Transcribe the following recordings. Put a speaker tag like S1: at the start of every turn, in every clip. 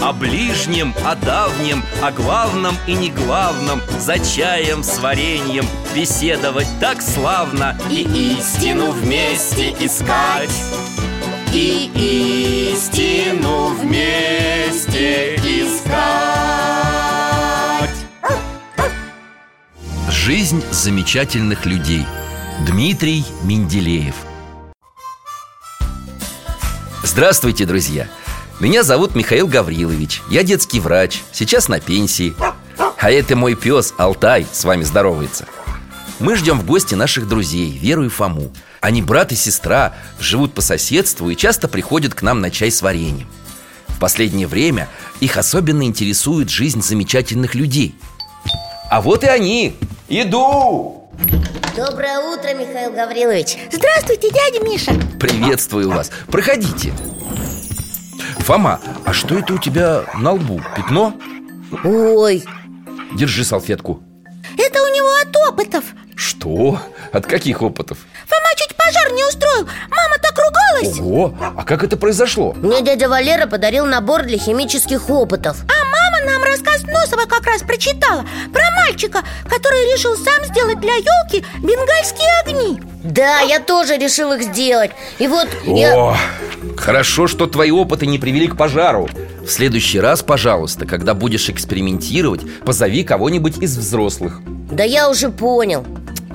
S1: О ближнем, о давнем, о главном и не главном За чаем с вареньем беседовать так славно
S2: И истину вместе искать.
S1: И истину вместе искать
S3: Жизнь замечательных людей Дмитрий Менделеев Здравствуйте, друзья! Меня зовут Михаил Гаврилович Я детский врач, сейчас на пенсии А это мой пес Алтай с вами здоровается Мы ждем в гости наших друзей Веру и Фому Они брат и сестра, живут по соседству и часто приходят к нам на чай с вареньем В последнее время их особенно интересует жизнь замечательных людей А вот и они! Иду!
S2: Доброе утро, Михаил Гаврилович
S4: Здравствуйте, дядя Миша
S3: Приветствую вас. Проходите. Фома, а что это у тебя на лбу? Пятно?
S2: Ой,
S3: Держи салфетку.
S4: Это у него от опытов
S3: Что? От каких опытов?
S4: Фома чуть пожар не устроил Мама так ругалась
S3: Ого! А как это произошло?
S2: мне дядя Валера подарил набор для химических опытов
S4: А мама нам рассказ Носова как раз прочитала Про мальчика, который решил сам сделать для елки бенгальские огни
S2: Да, я тоже решил их сделать И вот я...
S3: О! Хорошо, что твои опыты не привели к пожару. В следующий раз, пожалуйста, когда будешь экспериментировать, позови кого-нибудь из взрослых.
S2: Да я уже понял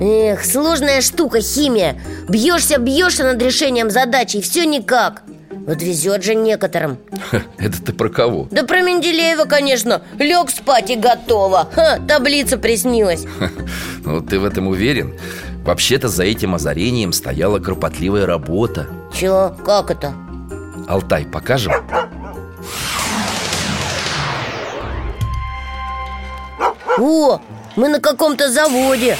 S2: Эх, сложная штука химия Бьешься, бьешься над решением задачи И все никак Вот везет же некоторым
S3: Ха, Это ты про кого?
S2: Да про Менделеева, конечно Лег спать и готово Ха, таблица приснилась
S3: Ну, ты в этом уверен? Вообще-то за этим озарением стояла кропотливая работа.
S2: Че, как это?
S3: Алтай, покажем?
S2: О, мы на каком-то заводе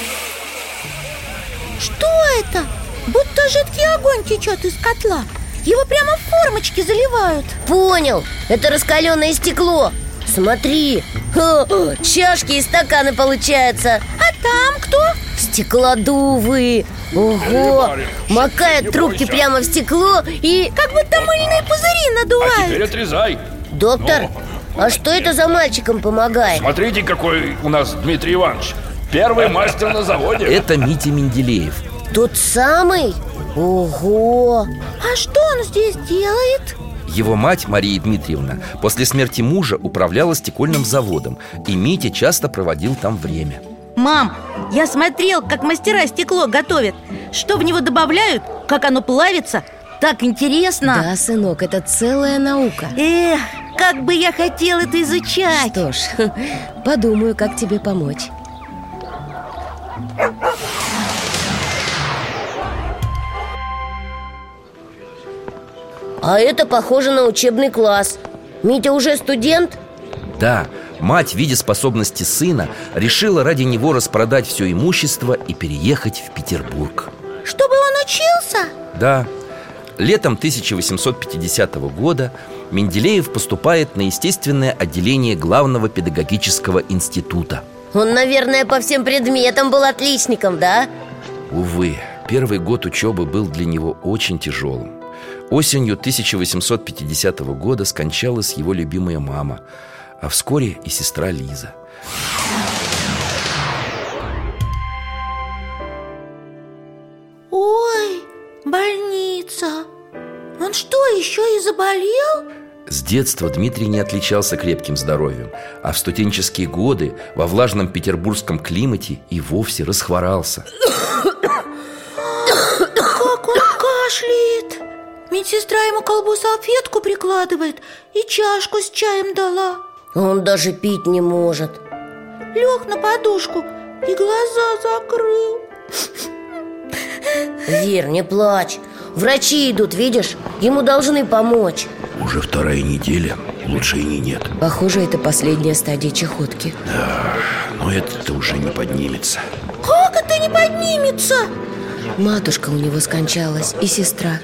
S4: Что это? Будто жидкий огонь течет из котла Его прямо в формочки заливают
S2: Понял, это раскаленное стекло Смотри, Ха, чашки и стаканы получаются
S4: А там кто?
S2: Стеклодувы Ого! Макают трубки прямо в стекло и...
S4: Как будто мыльные пузыри
S5: А
S4: надувают
S5: теперь отрезай
S2: Доктор, а что это за мальчиком помогает?
S5: Смотрите, какой у нас Дмитрий Иванович Первый мастер на заводе
S3: Это Митя Менделеев.
S2: Тот самый? Ого!
S4: А что он здесь делает?
S3: Его мать, Мария Дмитриевна, после смерти мужа управляла стекольным заводом, и Митя часто проводил там время.
S4: Мам, я смотрел, как мастера стекло готовят Что в него добавляют, как оно плавится Так интересно
S6: Да, сынок, это целая наука
S4: Эх, как бы я хотел это изучать
S6: Что ж, подумаю, как тебе помочь
S2: А это похоже на учебный класс Митя уже студент?
S3: Да, мать, видя способности сына, решила ради него распродать все имущество и переехать в Петербург.
S4: Чтобы он учился?
S3: Да, летом 1850 года Менделеев поступает на естественное отделение Главного педагогического института.
S2: Он, наверное, по всем предметам был отличником, да?
S3: Увы, первый год учебы был для него очень тяжелым. Осенью 1850 года скончалась его любимая мама, а вскоре и сестра Лиза.
S4: Ой, больница Он что, еще и заболел?
S3: С детства Дмитрий не отличался крепким здоровьем, а в студенческие годы во влажном петербургском климате и вовсе расхворался.
S4: Как он кашляет Медсестра ему колбу салфетку прикладывает И чашку с чаем дала
S2: Он даже пить не может
S4: Лег на подушку и глаза закрыл
S2: Вер, не плачь Врачи идут, видишь? Ему должны помочь
S3: Уже вторая неделя
S7: Улучшений нет.
S6: Похоже, это последняя стадия чехотки.
S7: Но это уже не поднимется.
S4: Как это не поднимется?
S6: Матушка у него скончалась и сестра.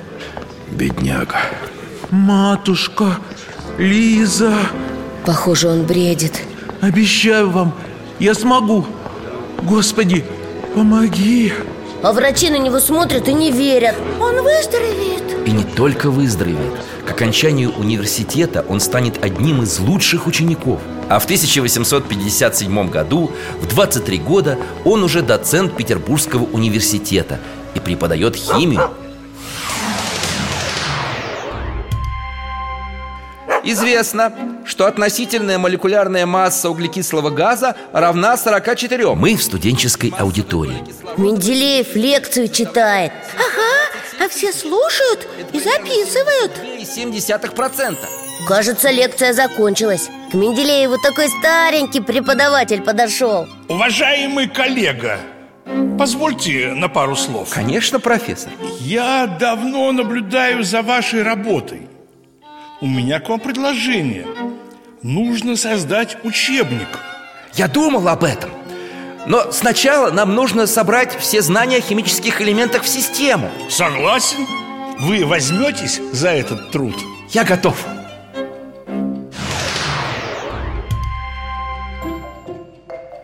S7: Бедняга.
S8: Матушка, Лиза,
S6: Похоже, он бредит.
S8: обещаю вам, я смогу. Господи, помоги.
S2: А врачи на него смотрят и не верят
S4: Он выздоровеет?
S3: И не только выздоровеет К окончанию университета он станет одним из лучших учеников А в 1857 году, в 23 года, он уже доцент Петербургского университета И преподает химию Известно, что относительная молекулярная масса углекислого газа равна 44 Мы в студенческой аудитории
S2: Менделеев лекцию читает
S4: А все слушают и записывают
S3: 2,7%
S2: Кажется, лекция закончилась К Менделееву такой старенький преподаватель подошел
S9: Уважаемый коллега, позвольте на пару слов.
S3: Конечно, профессор
S9: Я давно наблюдаю за вашей работой. У меня к вам предложение. Нужно создать учебник.
S3: Я думал об этом Но сначала нам нужно собрать все знания о химических элементах в систему
S9: Согласен? Вы возьметесь за этот труд?
S3: Я готов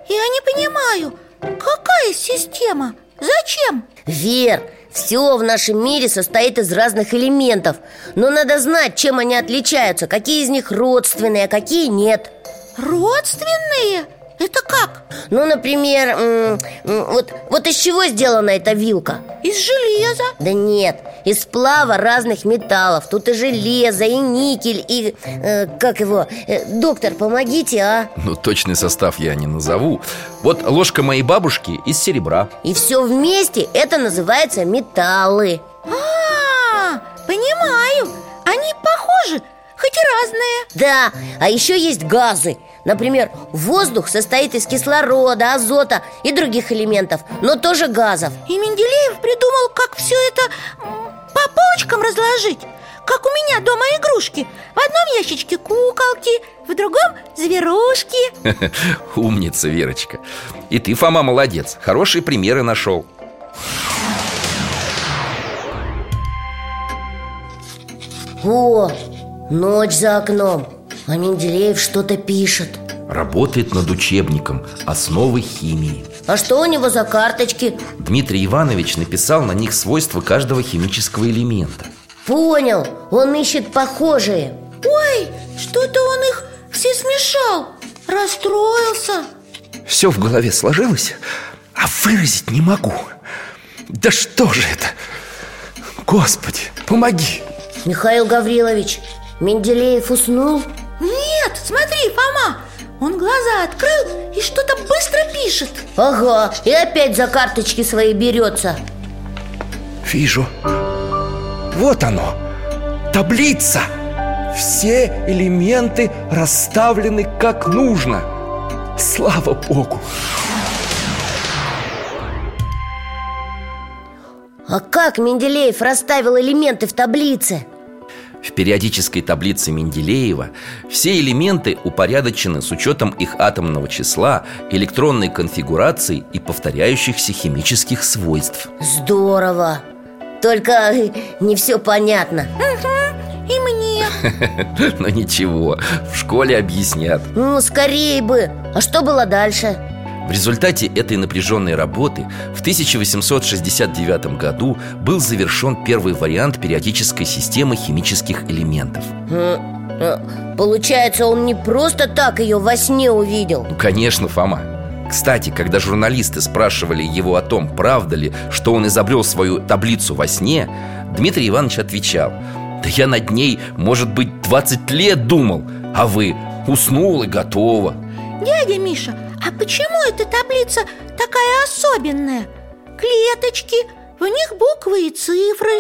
S4: Я не понимаю, какая система? Зачем?
S2: Вер, все в нашем мире состоит из разных элементов Но надо знать, чем они отличаются Какие из них родственные, а какие нет
S4: Родственные? Это как?
S2: Ну, например, м, м, вот, вот из чего сделана эта вилка?
S4: Из железа?
S2: Да нет, из сплава разных металлов Тут и железо, и никель, и... э, как его? Э, доктор, помогите, а?
S3: Ну, точный состав я не назову Вот ложка моей бабушки из серебра
S2: И все вместе это называется металлы
S4: А, понимаю. Они похожи, хоть и разные.
S2: Да, а еще есть газы Например, воздух состоит из кислорода, азота и других элементов Но тоже газов
S4: И Менделеев придумал, как все это м, по полочкам разложить. Как у меня дома игрушки. В одном ящичке куколки, в другом зверушки.
S3: Умница, Верочка И ты, Фома, молодец Хорошие примеры нашел
S2: О, ночь за окном А Менделеев что-то пишет
S3: Работает над учебником «Основы химии»
S2: А что у него за карточки?
S3: Дмитрий Иванович написал на них свойства каждого химического элемента
S2: Понял, он ищет похожие
S4: Ой, что-то он их все смешал. Расстроился.
S3: Все в голове сложилось, а выразить не могу Да что же это? Господи, помоги!
S2: Михаил Гаврилович, Менделеев уснул?
S4: Нет, смотри, Фома. Он глаза открыл и что-то быстро пишет.
S2: Ага, и опять за карточки свои берется
S3: Вижу Вот оно Таблица Все элементы расставлены как нужно Слава Богу
S2: А как Менделеев расставил элементы в таблице?
S3: В периодической таблице Менделеева все элементы упорядочены с учетом их атомного числа, электронной конфигурации и повторяющихся химических свойств.
S2: Здорово Только не все понятно
S4: И мне.
S3: Но ничего, в школе объяснят.
S2: Ну, скорее бы А что было дальше?
S3: В результате этой напряженной работы в 1869 году был завершен первый вариант периодической системы химических элементов.
S2: М, э, Получается, он не просто так ее во сне увидел
S3: Ну, конечно, Фома. Кстати, когда журналисты спрашивали его о том, правда ли, что он изобрел свою таблицу во сне, Дмитрий Иванович отвечал, да я над ней, может быть, 20 лет думал, а вы уснул и готово.
S4: Дядя Миша, а почему эта таблица такая особенная? Клеточки, в них буквы и цифры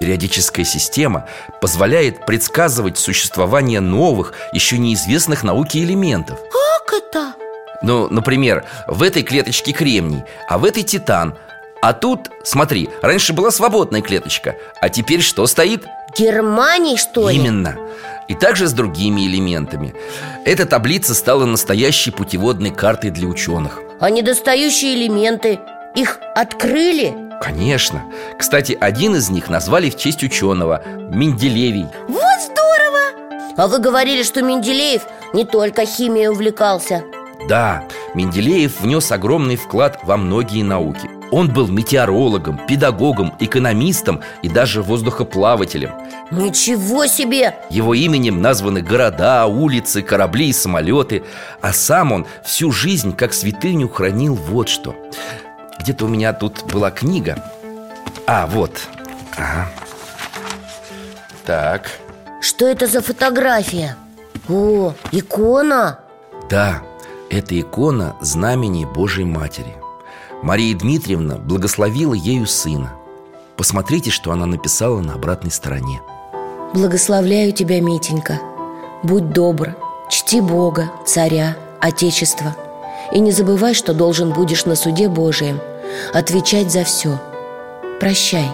S3: Периодическая система позволяет предсказывать существование новых, еще неизвестных науке элементов.
S4: Как это?
S3: Ну, например, в этой клеточке кремний, а в этой титан. А тут, смотри, раньше была свободная клеточка, а теперь что стоит?
S2: Германий, что ли?
S3: Именно. И также с другими элементами Эта таблица стала настоящей путеводной картой для ученых
S2: А недостающие элементы их открыли?
S3: Конечно Кстати, один из них назвали в честь ученого Менделевий
S4: Вот здорово!
S2: А вы говорили, что Менделеев не только химией увлекался
S3: Да, Менделеев внес огромный вклад во многие науки Он был метеорологом, педагогом, экономистом и даже воздухоплавателем
S2: Ничего себе!
S3: Его именем названы города, улицы, корабли и самолеты А сам он всю жизнь как святыню хранил вот что Где-то у меня тут была книга А, вот Ага. Так,
S2: Что это за фотография? О, икона!
S3: да, это икона знамени Божьей Матери Мария Дмитриевна благословила ею сына Посмотрите, что она написала на обратной стороне
S6: Благословляю тебя, Митенька. Будь добр, чти Бога, Царя, Отечество. И не забывай, что должен будешь на суде Божием отвечать за все. Прощай.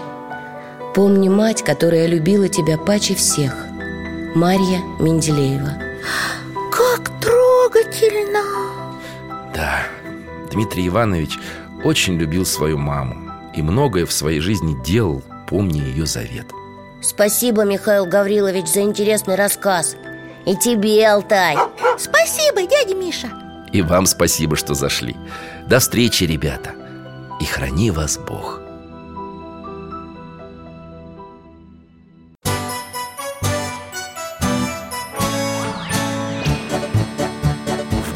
S6: Помни мать, которая любила тебя паче всех. Марья Менделеева.
S4: Как трогательно!
S3: Да, Дмитрий Иванович очень любил свою маму и многое в своей жизни делал, помня ее завет.
S2: Спасибо, Михаил Гаврилович, за интересный рассказ И тебе, Алтай
S4: Спасибо, дядя Миша!
S3: И вам спасибо, что зашли. До встречи, ребята. И храни вас Бог.
S1: В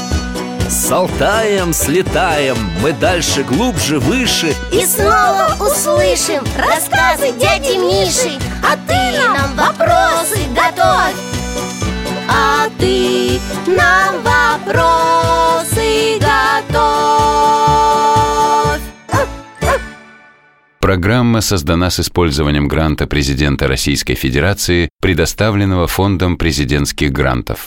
S1: С Алтаем слетаем Мы дальше, глубже, выше
S2: И снова услышим рассказы дяди Миши А ты нам вопросы готовь А ты нам вопросы готовь
S10: Программа создана с использованием гранта президента Российской Федерации, предоставленного Фондом президентских грантов.